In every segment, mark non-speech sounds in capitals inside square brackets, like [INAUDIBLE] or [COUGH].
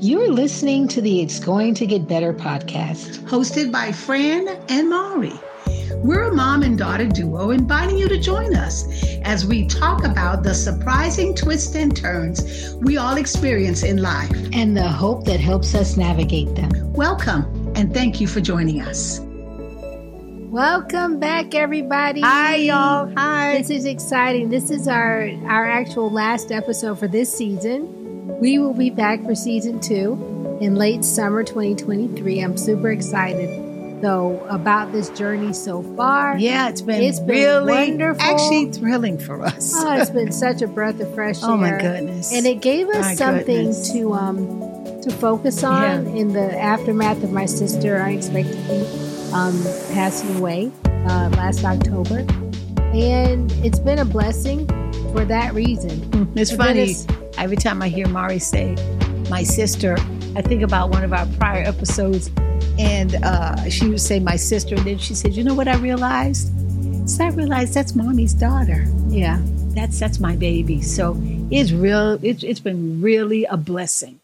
You're listening to the It's Going to Get Better podcast. hosted by Fran and Mari. We're a mom and daughter duo inviting you to join us as we talk about the surprising twists and turns we all experience in life. and the hope that helps us navigate them. Welcome and thank you for joining us. Welcome back, everybody. Hi, y'all. Hi. This is exciting. This is our our actual last episode for this season. We will be back for season two in late summer 2023. I'm super excited though about this journey so far. Yeah, it's been It's been really wonderful. actually thrilling for us. Oh, it's been such a breath of fresh [LAUGHS] air. Oh, my goodness. And it gave us My something goodness. to um to focus on in the aftermath of my sister unexpectedly um, passing away uh, last October, and it's been a blessing for that reason. it's But then funny. it's- Every time I hear Mari say, my sister, I think about one of our prior episodes, and uh, she would say, my sister. And then she said, you know what I realized? So I realized that's mommy's daughter. yeah, That's that's my baby. So it's real. It's, it's been really a blessing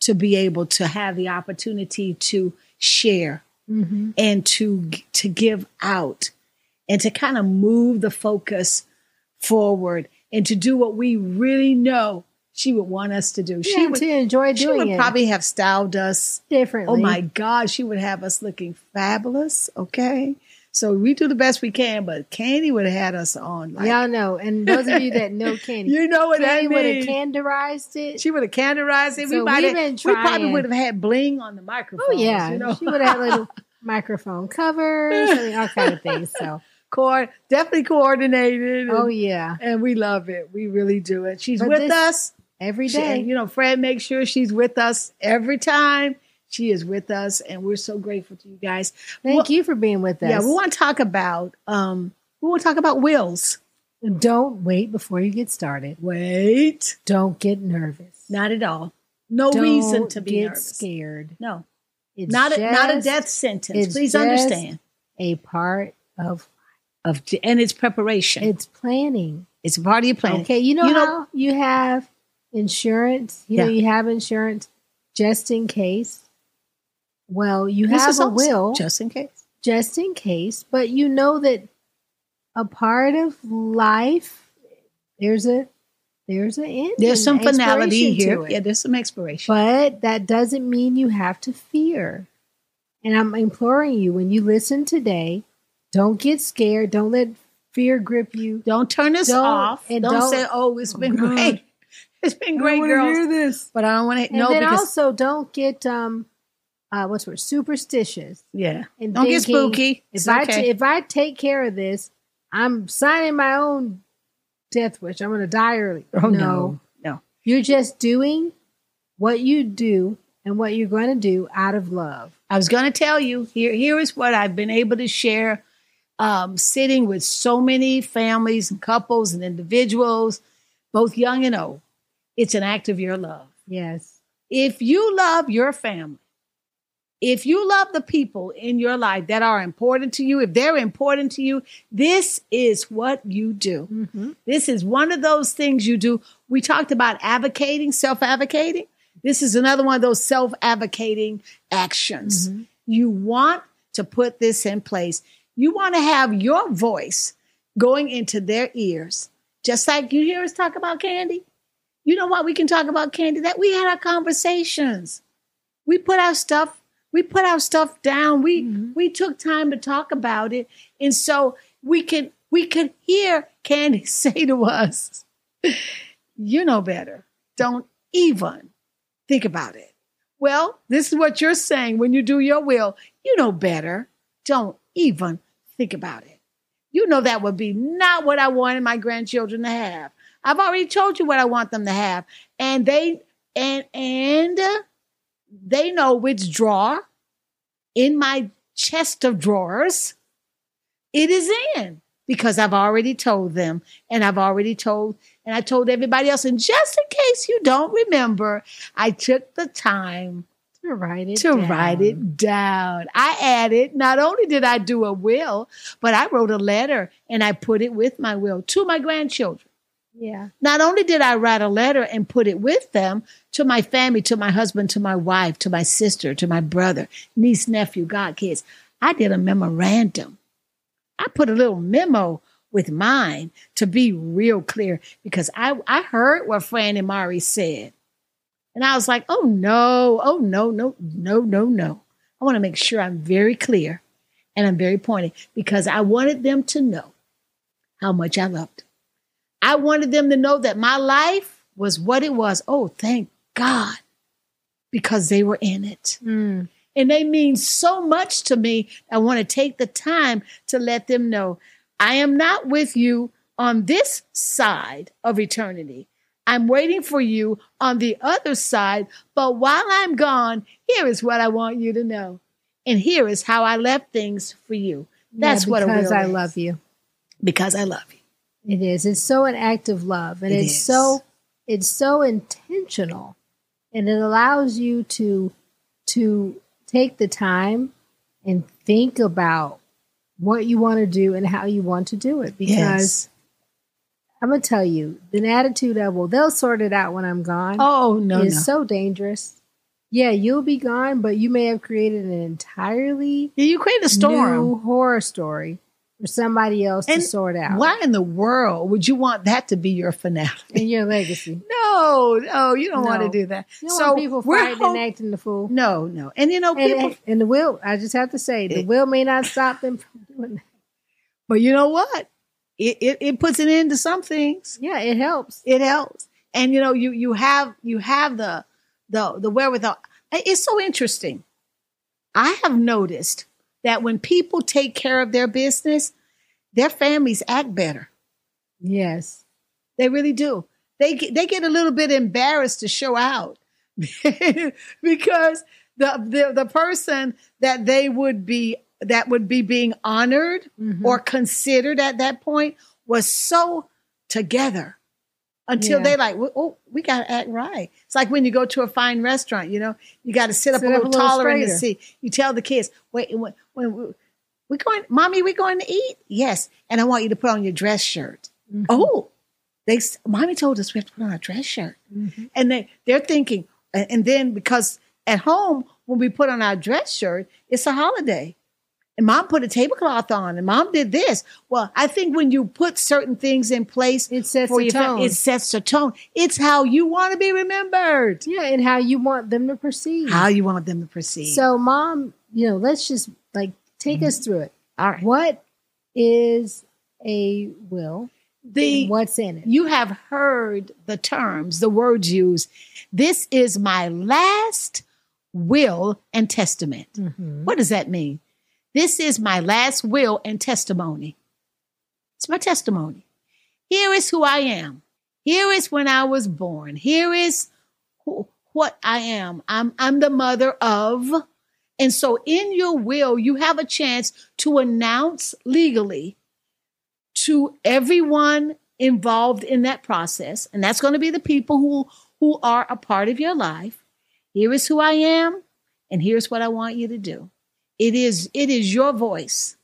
to be able to have the opportunity to share mm-hmm. and to to give out and to kind of move the focus forward and to do what we really know she would want us to do. she she would, to enjoy she doing would it probably have styled us. differently. Oh my God, she would have us looking fabulous. Okay. So we do the best we can, but Candy would have had us on. Like, y'all know. And those of you that know Candy, [LAUGHS] you know what Candy that would have means. canderized it. she would have canderized it. So we, might we've have- been we probably trying. would have had bling on the microphone. Oh yeah, You know? [LAUGHS] she would have had little microphone covers, I mean, all kind of things. So, [LAUGHS] Co- definitely coordinated. oh and- yeah, and we love it. We really do it. She's But with this us. every She- and, day. you know, Fred makes sure she's with us every time. She is with us, and we're so grateful to you guys. Thank well- you for being with us. Yeah, we want to talk about um, we want to talk about wills. Don't wait before you get started. Wait, Don't get nervous. not at all. No Don't reason to be get nervous. scared. No, It's not a, not a just death sentence. it's Please just- understand. A part of Of and it's preparation. it's planning. it's a part of your plan. Okay, you know You know- how you have insurance. You know Yeah. you have insurance just in case. Well, you This have is a also- will. just in case. just in case, but you know that a part of life there's a there's an end. There's some finality here. Yeah, Yeah. there's some expiration. But that doesn't mean you have to fear. And I'm imploring you when you listen today, don't get scared. Don't let fear grip you. Don't turn us Don't- off. Don't, and don't- say, "Oh, it's Oh, been God. great. [LAUGHS] It's been great, I don't wanna girls." hear this. But I don't want to. And No, then because also don't get um uh what's the word superstitious. yeah, And don't get thinking, spooky. If It's I okay. t- if I take care of this, I'm signing my own death wish. I'm going to die early. oh no, no, you're just doing what you do and what you're going to do out of love. I was going to tell you. Here, here is what I've been able to share. Um, sitting with so many families and couples and individuals, both young and old, it's an act of your love. Yes, If you love your family, if you love the people in your life that are important to you, if they're important to you, this is what you do. mm-hmm. This is one of those things you do. We talked about advocating, self advocating. This is another one of those self advocating actions. Mhm. You want to put this in place. You want to have your voice going into their ears, just like you hear us talk about candy. You know what? We can talk about candy that we had our conversations. We put our stuff, we put our stuff down. We Mhm. we took time to talk about it. And so we can we could hear Candy [LAUGHS] say to us, you know better. Don't even think about it. Well, this is what you're saying when you do your will. You know better. Don't even think about it. You know that would be not what I wanted my grandchildren to have. I've already told you what I want them to have. And they and and uh, they know which drawer in my chest of drawers it is in because I've already told them and I've already told and I told everybody else. And just in case you don't remember, I took the time to write it to down. write it down. I added, not only did I do a will, but I wrote a letter and I put it with my will to my grandchildren. Yeah. Not only did I write a letter and put it with them to my family, to my husband, to my wife, to my sister, to my brother, niece, nephew, godkids, I did a memorandum. I put a little memo with mine to be real clear because I, I heard what Fran and Mari said. And I was like, oh no, oh no, no, no, no, no. I want to make sure I'm very clear and I'm very pointed because I wanted them to know how much I loved. them. I wanted them to know that my life was what it was. Oh, thank God, because they were in it. Mm. And they mean so much to me. I want to take the time to let them know I am not with you on this side of eternity. I'm waiting for you on the other side. But while I'm gone, here is what I want you to know. And here is how I left things for you. That's Yeah, what a because will I is. love you. Mm-hmm. Because I love you. It is. It's so an act of love, and It it's is. so it's so intentional, and it allows you to to take the time and think about what you want to do and how you want to do it. Because I'm gonna tell you, the attitude of well, they'll sort it out when I'm gone Oh, no, no. is so dangerous. Yeah, you'll be gone, but you may have created an entirely you create a storm. new horror story for somebody else And to sort out Why in the world would you want that to be your finale? in your legacy. [LAUGHS] No, no, you don't want to No. do that. You don't so want people we're fighting hope- and acting the fool. no, no, and you know people. And, and the will, I just have to say, the It- will may not stop them from doing that. but you know what? It, it it puts an end to some things. Yeah, it helps. It helps, and you know you you have you have the the the wherewithal. I- It's so interesting. I have noticed that when people take care of their business, their families act better. Yes. They really do. They get, they get a little bit embarrassed to show out [LAUGHS] because the, the the person that they would be that would be being honored Mhm. or considered at that point was so together until Yeah. they like "Well, oh we got to act right. It's like when you go to a fine restaurant, you know, you got to sit up Sit a up little a little taller in the straighter. seat. You tell the kids, wait, when, when we, we going, mommy, we going to eat? Yes, and I want you to put on your dress shirt. Mhm. Oh, they s- mommy told us we have to put on a dress shirt, Mhm. and they they're thinking, and, and then because at home when we put on our dress shirt, it's a holiday, and mom put a tablecloth on, and mom did this. Well, I think when you put certain things in place It sets for the your tone. family, it sets the tone. It's how you want to be remembered, yeah, and how you want them to perceive. how you want them to perceive. so, mom, you know, let's just like take Mm-hmm. us through it. all right, What is a will? the and What's in it? you have heard the terms, the words used. This is my last will and testament. Mhm. What does that mean? This is my last will and testimony. It's my testimony. Here is who I am. Here is when I was born. Here is who, what I am. I'm, I'm the mother of. And so in your will, you have a chance to announce legally to everyone involved in that process. And that's going to be the people who, who are a part of your life. Here is who I am and here's what I want you to do. It is it is your voice.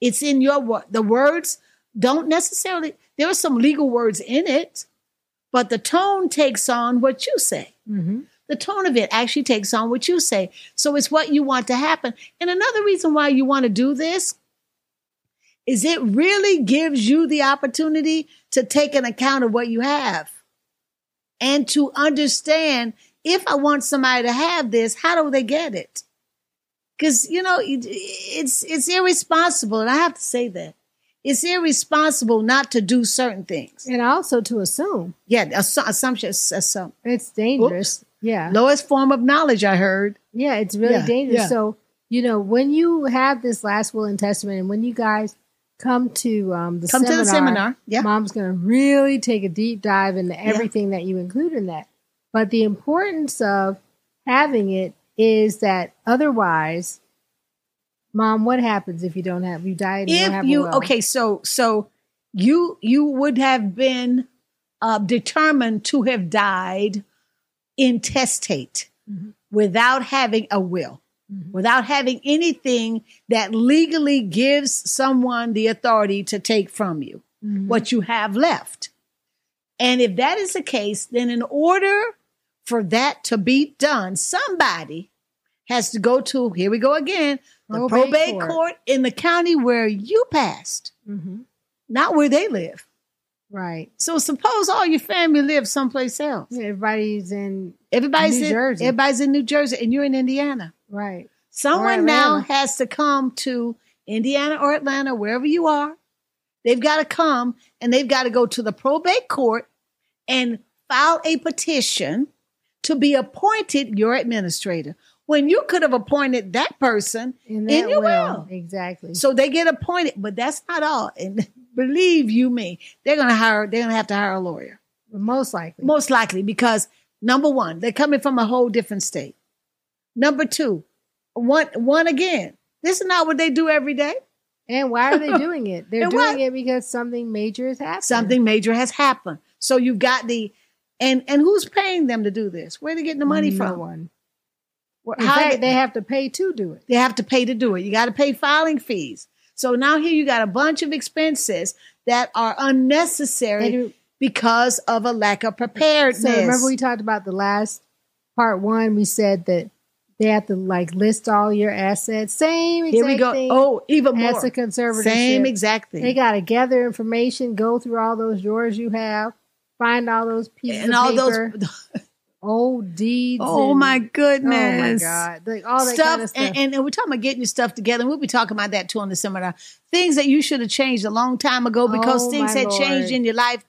It's in your wo- the words don't necessarily there are some legal words in it, but the tone takes on what you say. Mhm. The tone of it actually takes on what you say. So it's what you want to happen. And another reason why you want to do this is it really gives you the opportunity to take an account of what you have and to understand if I want somebody to have this, how do they get it? Because you know it- it's it's irresponsible, and I have to say that it's irresponsible not to do certain things. And also to assume. Yeah, assu- assumption. Assumption. It's dangerous. Yeah. Lowest form of knowledge I heard. Yeah, it's really Yeah, dangerous. yeah. So, you know, when you have this last will and testament, and when you guys come to um, the Come to seminar, the seminar. Yeah. mom's going to really take a deep dive into everything that you include in that. But the importance of having it is that otherwise, mom, what happens if you don't have you die? And you don't if have a you will? okay so so you you would have been uh, determined to have died intestate Mhm. without having a will Mhm. without having anything that legally gives someone the authority to take from you Mhm. what you have left And if that is the case, then in order for that to be done, somebody has to go to, here we go again, the probate, court. in the county where you passed, hmm not where they live. Right. So suppose all your family lives someplace else. Everybody's in Everybody's New in Jersey. everybody's in New Jersey and you're in Indiana. right. Someone now Atlanta. has to come to Indiana or Atlanta, wherever you are. They've got to come and they've got to go to the probate court and file a petition to be appointed your administrator. When you could have appointed that person, In, In that your will. Exactly. so they get appointed, but that's not all. And [LAUGHS] believe you me, they're gonna hire. They're gonna have to hire a lawyer, Most likely. most likely, because number one, they're coming from a whole different state. Number two, one one again. This is not what they do every day. and [LAUGHS] why are they doing it? They're And doing why- it because something major has happened. something major has happened. So you've got the and and who's paying them to do this? Where are they getting the money No from? one. Where- In How fact, they, they have to pay to do it. they have to pay to do it. You got to pay filing fees. So now here you got a bunch of expenses that are They unnecessary do. because of a lack of preparedness. So remember we talked about the last part one. We said that they have to like list all your assets. Same. Exact here we go. Thing Oh, even more. as a conservatorship. Same exact They thing. got to gather information, go through all those drawers you have, find all those pieces And of all those. paper, old deeds. [LAUGHS] Oh and- my goodness. Oh my god! Like all that stuff, kind of stuff. And, and, and we're talking about getting your stuff together. And we'll be talking about that too on the seminar. Things that you should have changed a long time ago because Oh, things my had changed Lord. in your life.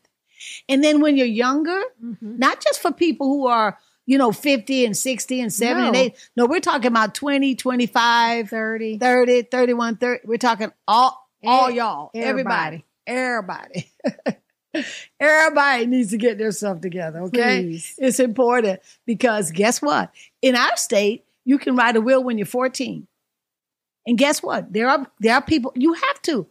And then when you're younger, Mhm. not just for people who are, you know, 50 and 60 and 70 and No. 80. No, we're talking about 20, 25, 30. 30, 31, 30. We're talking all, all E- y'all, everybody, everybody. [LAUGHS] everybody needs to get their stuff together, okay? Please. It's important because guess what? In our state, you can write a will when you're 14. And guess what? There are there are people you have to.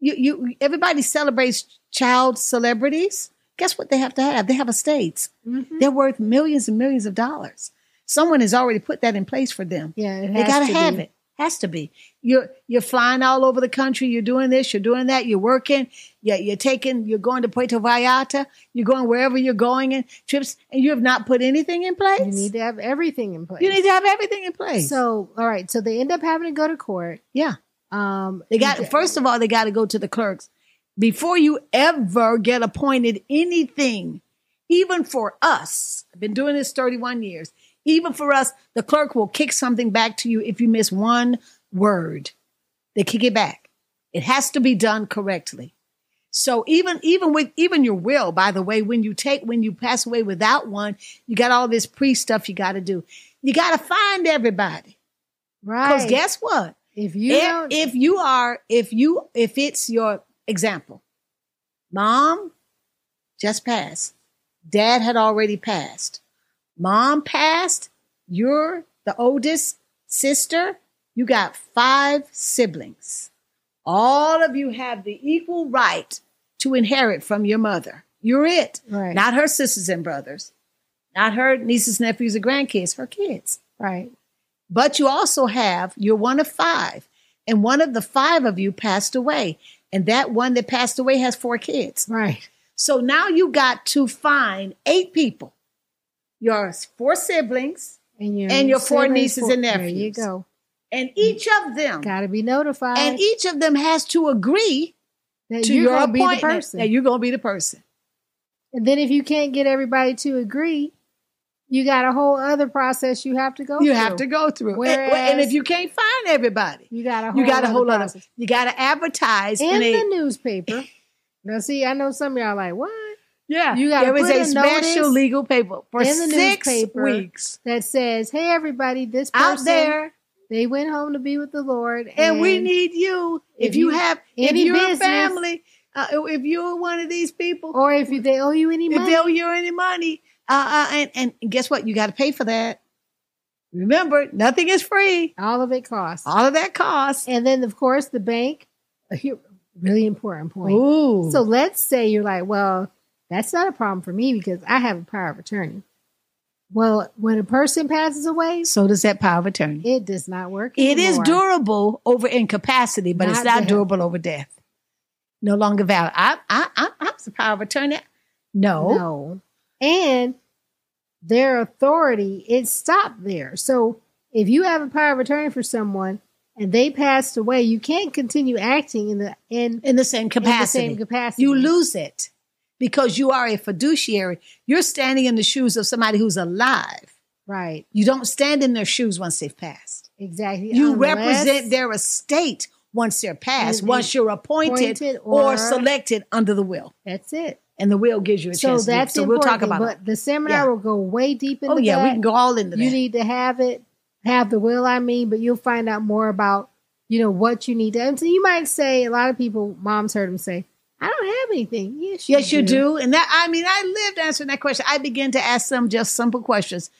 You you everybody celebrates child celebrities. Guess what they have to have? They have estates. Mhm. They're worth millions and millions of dollars. Someone has already put that in place for them. Yeah, it They has gotta to have be. it. Has to be. You're you're flying all over the country. You're doing this. You're doing that. You're working. Yeah, you're taking. You're going to Puerto Vallarta. You're going wherever you're going and trips, and you have not put anything in place. You need to have everything in place. You need to have everything in place. So, all right. So they end up having to go to court. yeah, Um, they got. exa- First of all, they got to go to the clerks before you ever get appointed anything. Even for us, I've been doing this 31 years. Even for us, the clerk will kick something back to you if you miss one word. They kick it back. It has to be done correctly. So even even with even your will, by the way, when you take when you pass away without one, you got all this pre stuff you got to do. You got to find everybody. Because right? guess what? if you if, don't, if you are, if you, if it's your example, mom just passed, dad had already passed, mom passed, you're the oldest sister, you got five siblings. All of you have the equal right to inherit from your mother. You're it. right, Not her sisters and brothers, not her nieces, nephews, or grandkids, her kids right, but you also have you're one of five and one of the five of you passed away and that one that passed away has four kids right, so now you got to find eight people your four siblings and your And your four siblings, nieces and There you nephews. go. and each of them Got to be notified and each of them has to agree that to you're your gonna be the appointment person. that you're going to be the person and then if you can't get everybody to agree, you got a whole other process you have to go. you through. have to go through And- and Whereas- if you can't find everybody You got a whole you got a whole lot process. of you got to advertise in in a the newspaper. Now, see, I know some of y'all are like, what? yeah you gotta there is put a a special notice legal paper for in the six newspaper weeks That says, hey, everybody, this person, out there they went home to be with the Lord. and we need you if, if you, you- have if any you're a business- family uh, if you're one of these people Or if you- they owe you any if money. they owe you any money uh, uh, and, and guess what you got to pay for that remember nothing is free All of it costs. all of that costs And then, of course, the bank, a hu- really important point. Ooh. So let's say you're like, well, that's not a problem for me because I have a power of attorney. Well, when a person passes away, so does that power of attorney it does not work. it is anymore. durable over incapacity but it's Not not death. durable over death no longer valid I, I, I, i'm the power of attorney No. No. And their authority, it stopped there. So if you have a power of attorney for someone and they passed away, you can't continue acting in the in, In the same in the capacity. same capacity. you lose it because you are a fiduciary. You're standing in the shoes of somebody who's alive. right. You don't stand in their shoes once they've passed. Exactly. You Unless represent their estate once they're passed, Mhm. once you're appointed appointed or, or- selected under the will. That's it. And the will gives you a So chance. to do it. that's so we'll talk about it. But the seminar Yeah. will go way deep into Oh yeah, we that. can go all into you that. need to have it have the will i mean but you'll find out more about you know what you need to and so you might say a lot of people moms heard them say i don't have anything yes you yes, you do. And that I mean, I lived answering that question. I began to ask them just simple questions.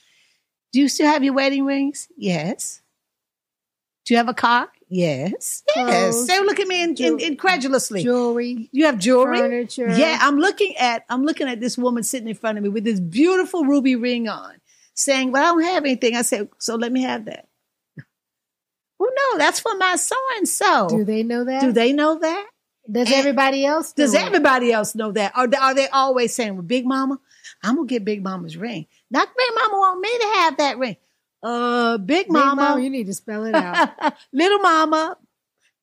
Do you still have your wedding rings? Yes. Do you have a car? Yes. Yes. Clothes. They would look at me in, in, Jewel- incredulously. jewelry you have jewelry? furniture Yeah, I'm looking at I'm looking at this woman sitting in front of me with this beautiful ruby ring on, saying, "Well, I don't have anything." I said, "So let me have that." Well, no, that's for my so and do so. they know that Do they know that? does and- everybody else do Does it? everybody else know that? Or are they always saying, "Well, Big Mama, I'm gonna get Big Mama's ring." Not Big Mama want me to have that ring. Uh, Big Big mama, Mama, [LAUGHS] you need to spell it out Little Mama,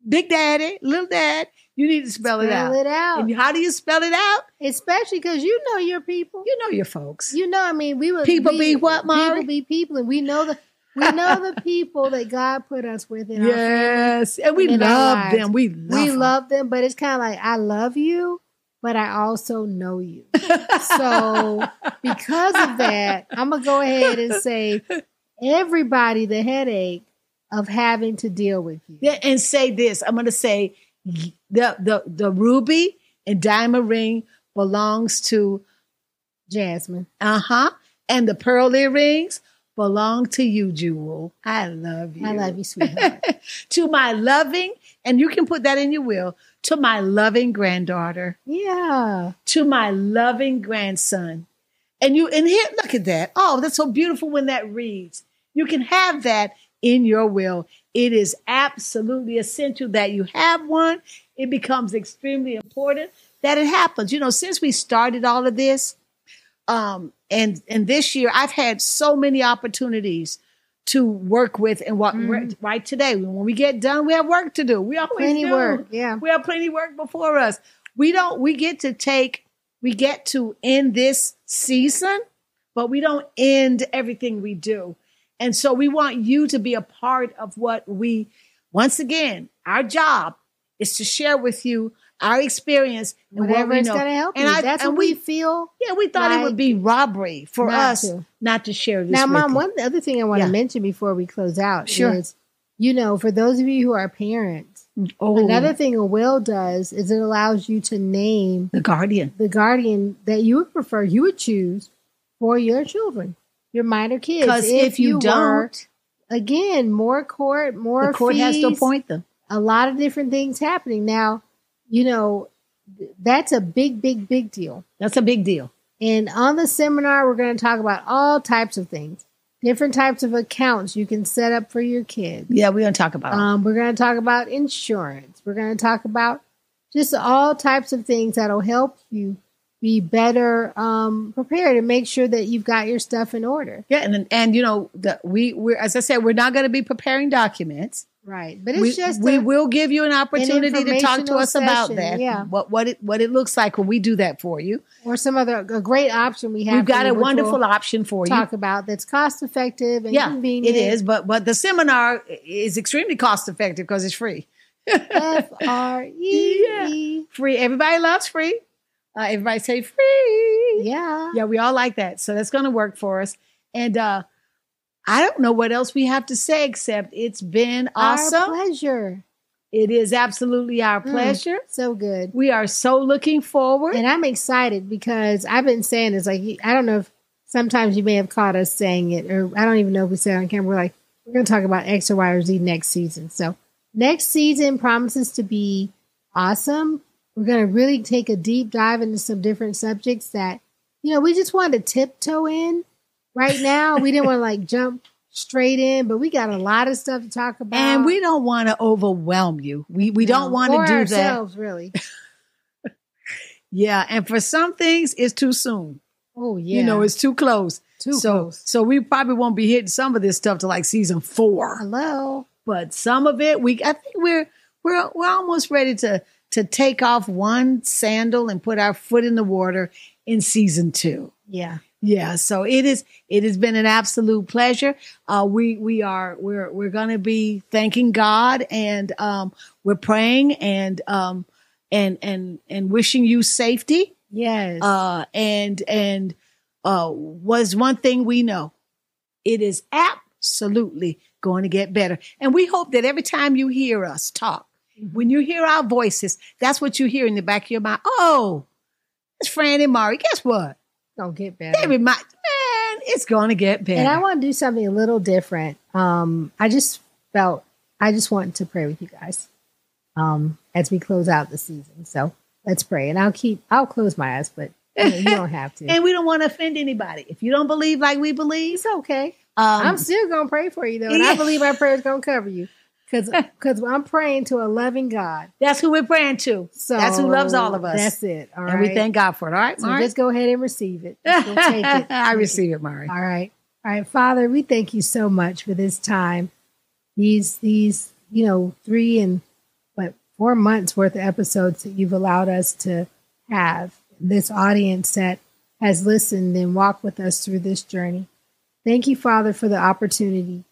Big Daddy, Little Dad. You need to spell, it out. spell it out And how do you spell it out? especially because you know your people You know your folks. you know i mean we would People we- be what, Mari? people be people and we know the we know [LAUGHS] the people that god put us with in our Yes, and we in our love lives. them. We love we 'em. love them, but it's kind of like I love you, but I also know you. [LAUGHS] so because of that, I'm gonna go ahead and say everybody the headache of having to deal with you. Yeah, and say this. I'm going to say the the the ruby and diamond ring belongs to Jasmine, uh huh, and the pearl earrings belong to you, Jewel. I love you. I love [LAUGHS] you, sweetheart. To my loving, and you can put that in your will. To my loving granddaughter. yeah, to my loving grandson. And you and here look at that. Oh, that's so beautiful when that reads. You can have that in your will. It is absolutely essential that you have one. It becomes extremely important that it happens. You know, since we started all of this, um, and and this year I've had so many opportunities to work with and what Mhm. right today. When we get done, we have work to do. We always plenty do. work. Yeah, We have plenty of work before us. We don't we get to take we get to end this season, but we don't end everything we do. And so we want you to be a part of what we once again, our job is to share with you our experience and what whatever we is know. gonna help And you. I- That's and what we we- feel. Yeah, we thought it would Like- be robbery for not us to. not to share this. Now, with mom, you. one other thing I want to Yeah. mention before we close out Sure. is, you know, for those of you who are parents. oh, Another thing a will does is it allows you to name the guardian. the guardian that you would prefer, you would choose for your children, your minor kids. Because if, you, were- don't, again, more court, more the court has to fees, appoint them. A lot of different things happening now. You know, th- that's a big, big, big deal. That's a big deal. And on the seminar, we're going to talk about all types of things, different types of accounts you can set up for your kids. Yeah, we're gonna talk about it. Um, we're going to talk about insurance. We're going to talk about just all types of things that'll help you be better um, prepared and make sure that you've got your stuff in order. Yeah, and and you know the, we we're as I said we're not going to be preparing documents. Right. But it's we, just we a- will give you an opportunity to talk to informational us about session, that. yeah. What what it what it looks like when we do that for you. or some other a great option we have. We've got for you, a which wonderful we'll option for you. talk about that's cost effective and Yeah, convenient. it is. But but the seminar i- is extremely cost effective because it's free. [LAUGHS] F R E E. Free. Everybody loves free. Uh, everybody say free. Yeah. [LAUGHS] Yeah, we all like that. So that's going to work for us. And uh, I don't know what else we have to say except it's been Our awesome. pleasure. It is absolutely our Mm. pleasure. So good. We are so looking forward. And I'm excited because I've been saying this. Like, I don't know if sometimes you may have caught us saying it, or I don't even know if we said it on camera. We're like, we're going to talk about X or Y or Z next season. So, next season promises to be awesome. We're going to really take a deep dive into some different subjects that, you know, we just wanted to tiptoe in right now. we didn't want to like jump straight in, but we got a lot of stuff to talk about. Uh, And we don't want to overwhelm you. We we don't want to do ourselves, really. that. Yeah, and for some things, it's too soon. Oh [LAUGHS] yeah, You know, it's too close. too so, close. so we probably won't be hitting some of this stuff to like season four, Hello. but some of it, we I think we're we're we're almost ready to to take off one sandal and put our foot in the water in season two. Yeah. Yeah, so it is. It has been an absolute pleasure. Uh, we we are we're we're going to be thanking God and um, we're praying and um, and and and wishing you safety. Yes. Uh, and and uh, was one thing we know, it is absolutely going to get better. And we hope that every time you hear us talk, when you hear our voices, that's what you hear in the back of your mind. Oh, it's Fran and Mari. Guess what? Don't get better. They remind man, it's gonna get better. And I want to do something a little different. Um, I just felt I just want to pray with you guys um, as we close out the season. So let's pray, and I'll keep I'll close my eyes, but you, know, you don't have to. [LAUGHS] and we don't want to offend anybody. If you don't believe like we believe, it's okay. um, I'm still gonna pray for you though, and I Yeah. believe our prayers gonna cover you [LAUGHS] because because I'm praying to a loving God. that's who we're praying to. So That's who loves all of us. That's it. All right. and we thank God for it. All right, So Mari? just go ahead and receive it. Just go take it. [LAUGHS] I receive it, Mari. All right. All right, Father, we thank you so much for this time. These these, you know, three and what four months worth of episodes that you've allowed us to have this audience that has listened and walked with us through this journey. Thank you, Father, for the opportunity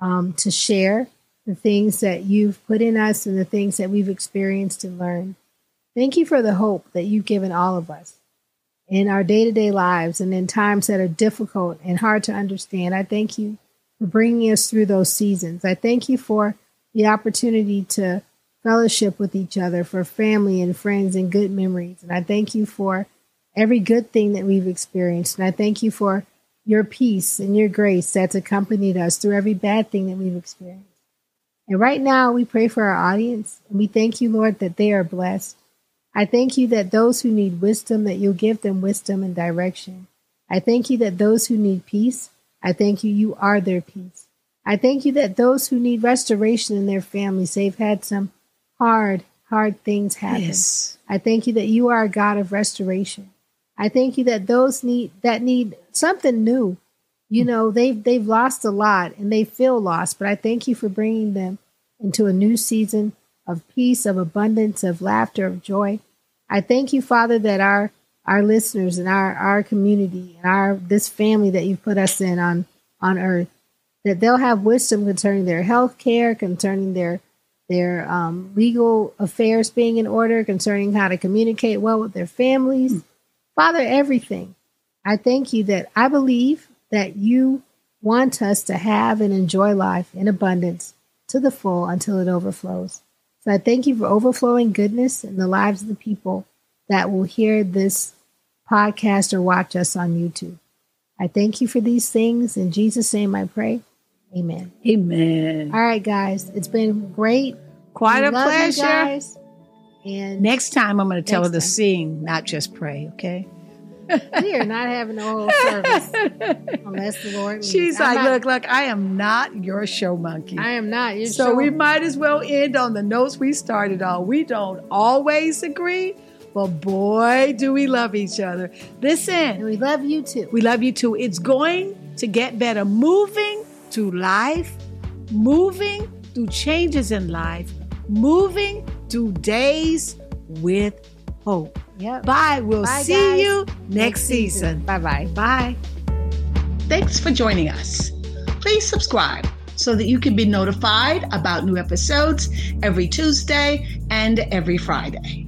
um, to share the things that you've put in us and the things that we've experienced and learned. Thank you for the hope that you've given all of us in our day to day lives and in times that are difficult and hard to understand. I thank you for bringing us through those seasons. I thank you for the opportunity to fellowship with each other, for family and friends and good memories. And I thank you for every good thing that we've experienced. And I thank you for your peace and your grace that's accompanied us through every bad thing that we've experienced. And right now, we pray for our audience and we thank you, Lord, that they are blessed. I thank you that those who need wisdom, that you'll give them wisdom and direction. I thank you that those who need peace, I thank you, you are their peace. I thank you that those who need restoration in their families, they've had some hard, hard things happen. Yes. I thank you that you are a God of restoration. I thank you that those need that need something new. You know, they've they've lost a lot and they feel lost, but I thank you for bringing them into a new season of peace, of abundance, of laughter, of joy. I thank you, Father, that our our listeners and our our community and our this family that you've put us in on on earth that they'll have wisdom concerning their health care, concerning their their um, legal affairs being in order, concerning how to communicate well with their families. Father, everything. I thank you that I believe that you want us to have and enjoy life in abundance to the full until it overflows. So I thank you for overflowing goodness in the lives of the people that will hear this podcast or watch us on YouTube. I thank you for these things. In Jesus' name I pray. Amen. Amen. All right, guys. It's been great. Quite We a love you pleasure. guys. And Next time, I'm going to tell Next her to time. sing, not just pray. Okay. we are not having a whole [LAUGHS] service unless the Lord leads. She's I'm like, not- look, look, I am not your show monkey. I am not. You're So we might as well end on the notes we started on. We don't always agree, but boy, do we love each other. and Listen, we love you too. we love you too. It's going to get better. Moving through life, moving through changes in life, moving through days with hope. Yep. Bye. We'll Bye, see guys. you next season. Bye bye. Bye. Thanks for joining us. Please subscribe so that you can be notified about new episodes every Tuesday and every Friday.